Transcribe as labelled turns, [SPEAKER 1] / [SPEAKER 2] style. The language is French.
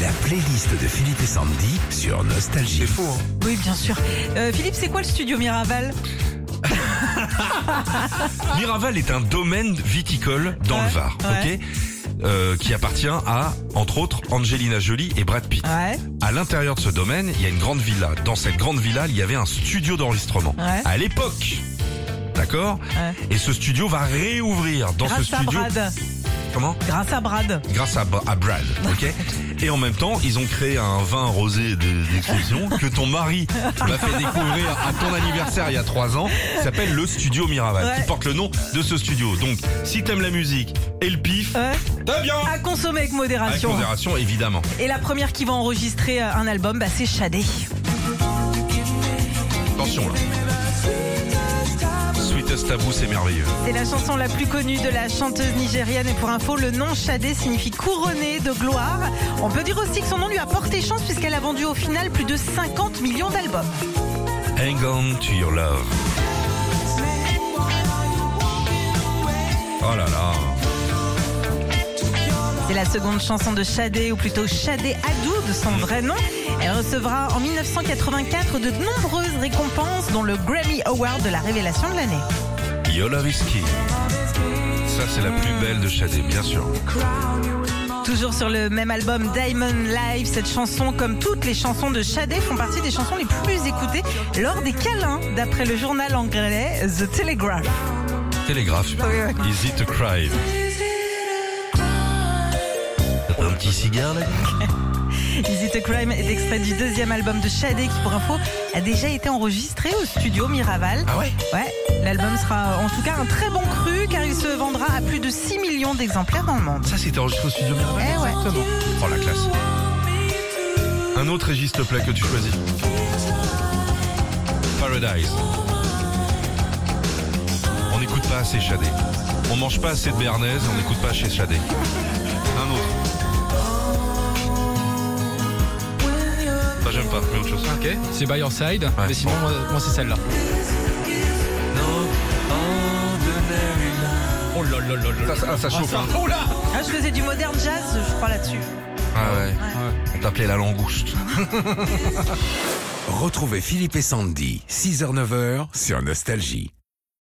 [SPEAKER 1] La playlist de Philippe et Sandy sur Nostalgie.
[SPEAKER 2] fou, hein
[SPEAKER 3] Oui, bien sûr. Euh, Philippe, c'est quoi le studio Miraval
[SPEAKER 2] Ah. Miraval est un domaine viticole dans
[SPEAKER 3] Ouais,
[SPEAKER 2] le Var,
[SPEAKER 3] ouais.
[SPEAKER 2] ok Euh, Qui appartient à, entre autres, Angelina Jolie et Brad Pitt.
[SPEAKER 3] Ouais.
[SPEAKER 2] À l'intérieur de ce domaine, il y a une grande villa. Dans cette grande villa, il y avait un studio d'enregistrement.
[SPEAKER 3] Ouais.
[SPEAKER 2] À l'époque D'accord
[SPEAKER 3] Ouais.
[SPEAKER 2] Et ce studio va réouvrir dans
[SPEAKER 3] Grâce
[SPEAKER 2] ce
[SPEAKER 3] à
[SPEAKER 2] studio.
[SPEAKER 3] Brad.
[SPEAKER 2] Comment
[SPEAKER 3] Grâce à Brad.
[SPEAKER 2] Grâce à, Bra- à Brad, ok Et en même temps, ils ont créé un vin rosé de- d'exception que ton mari m'a fait découvrir à ton anniversaire il y a trois ans. qui s'appelle le Studio Miraval,
[SPEAKER 3] Ouais.
[SPEAKER 2] qui porte le nom de ce studio. Donc, si t'aimes la musique et le pif,
[SPEAKER 3] Ouais.
[SPEAKER 2] t'as bien
[SPEAKER 3] Euh, À consommer avec
[SPEAKER 2] Avec
[SPEAKER 3] modération.
[SPEAKER 2] modération, évidemment.
[SPEAKER 3] Et la première qui va enregistrer euh, un album, bah, c'est Shadé.
[SPEAKER 2] Attention là. Sweetest Taboo, c'est merveilleux.
[SPEAKER 3] C'est la chanson la plus connue de la chanteuse nigérienne. Et pour info, le nom Shadé signifie couronnée de gloire. On peut dire aussi que son nom lui a porté chance puisqu'elle a vendu au final plus de 50 millions d'albums.
[SPEAKER 2] Hang on to your love. Oh là là.
[SPEAKER 3] C'est la seconde chanson de Shadé, ou plutôt Shadé Adou de son vrai nom. Elle recevra en 1984 de nombreuses récompenses, dont le Grammy Award de la révélation de l'année.
[SPEAKER 2] Yola Whiskey. Ça, c'est la plus belle de Shadé, bien sûr.
[SPEAKER 3] Toujours sur le même album Diamond Live, cette chanson, comme toutes les chansons de Shadé, font partie des chansons les plus écoutées lors des câlins, d'après le journal anglais The Telegraph.
[SPEAKER 2] Télégraphe.
[SPEAKER 3] Oui,
[SPEAKER 2] Easy to cry. Un petit cigare, là
[SPEAKER 3] Easy to Crime est extrait du deuxième album de Shadé, qui pour info a déjà été enregistré au studio Miraval.
[SPEAKER 2] Ah ouais
[SPEAKER 3] Ouais, l'album sera en tout cas un très bon cru car il se vendra à plus de 6 millions d'exemplaires dans le monde.
[SPEAKER 2] Ça, c'était enregistré au studio Miraval
[SPEAKER 3] Eh ouais.
[SPEAKER 2] Exactement. Oh, la classe. Un autre Régis, s'il te plaît, que tu choisis. Paradise. On n'écoute pas assez Shadé. On mange pas assez de béarnaise, on n'écoute pas chez Shadé. Un autre. Ça, Ah, j'aime pas. Mais autre chose. Ok.
[SPEAKER 4] C'est By Your Side,
[SPEAKER 2] Ouais.
[SPEAKER 4] mais sinon, moi, moi, c'est celle-là. Oh là là là
[SPEAKER 2] Ça,
[SPEAKER 4] là.
[SPEAKER 2] ça, ça chauffe. hein.
[SPEAKER 4] Oh là
[SPEAKER 3] Ah, je faisais du modern jazz, je crois là-dessus.
[SPEAKER 2] Ah ouais. On t'appelait la langouste.
[SPEAKER 1] Retrouvez Philippe et Sandy, 6h-9h sur Nostalgie.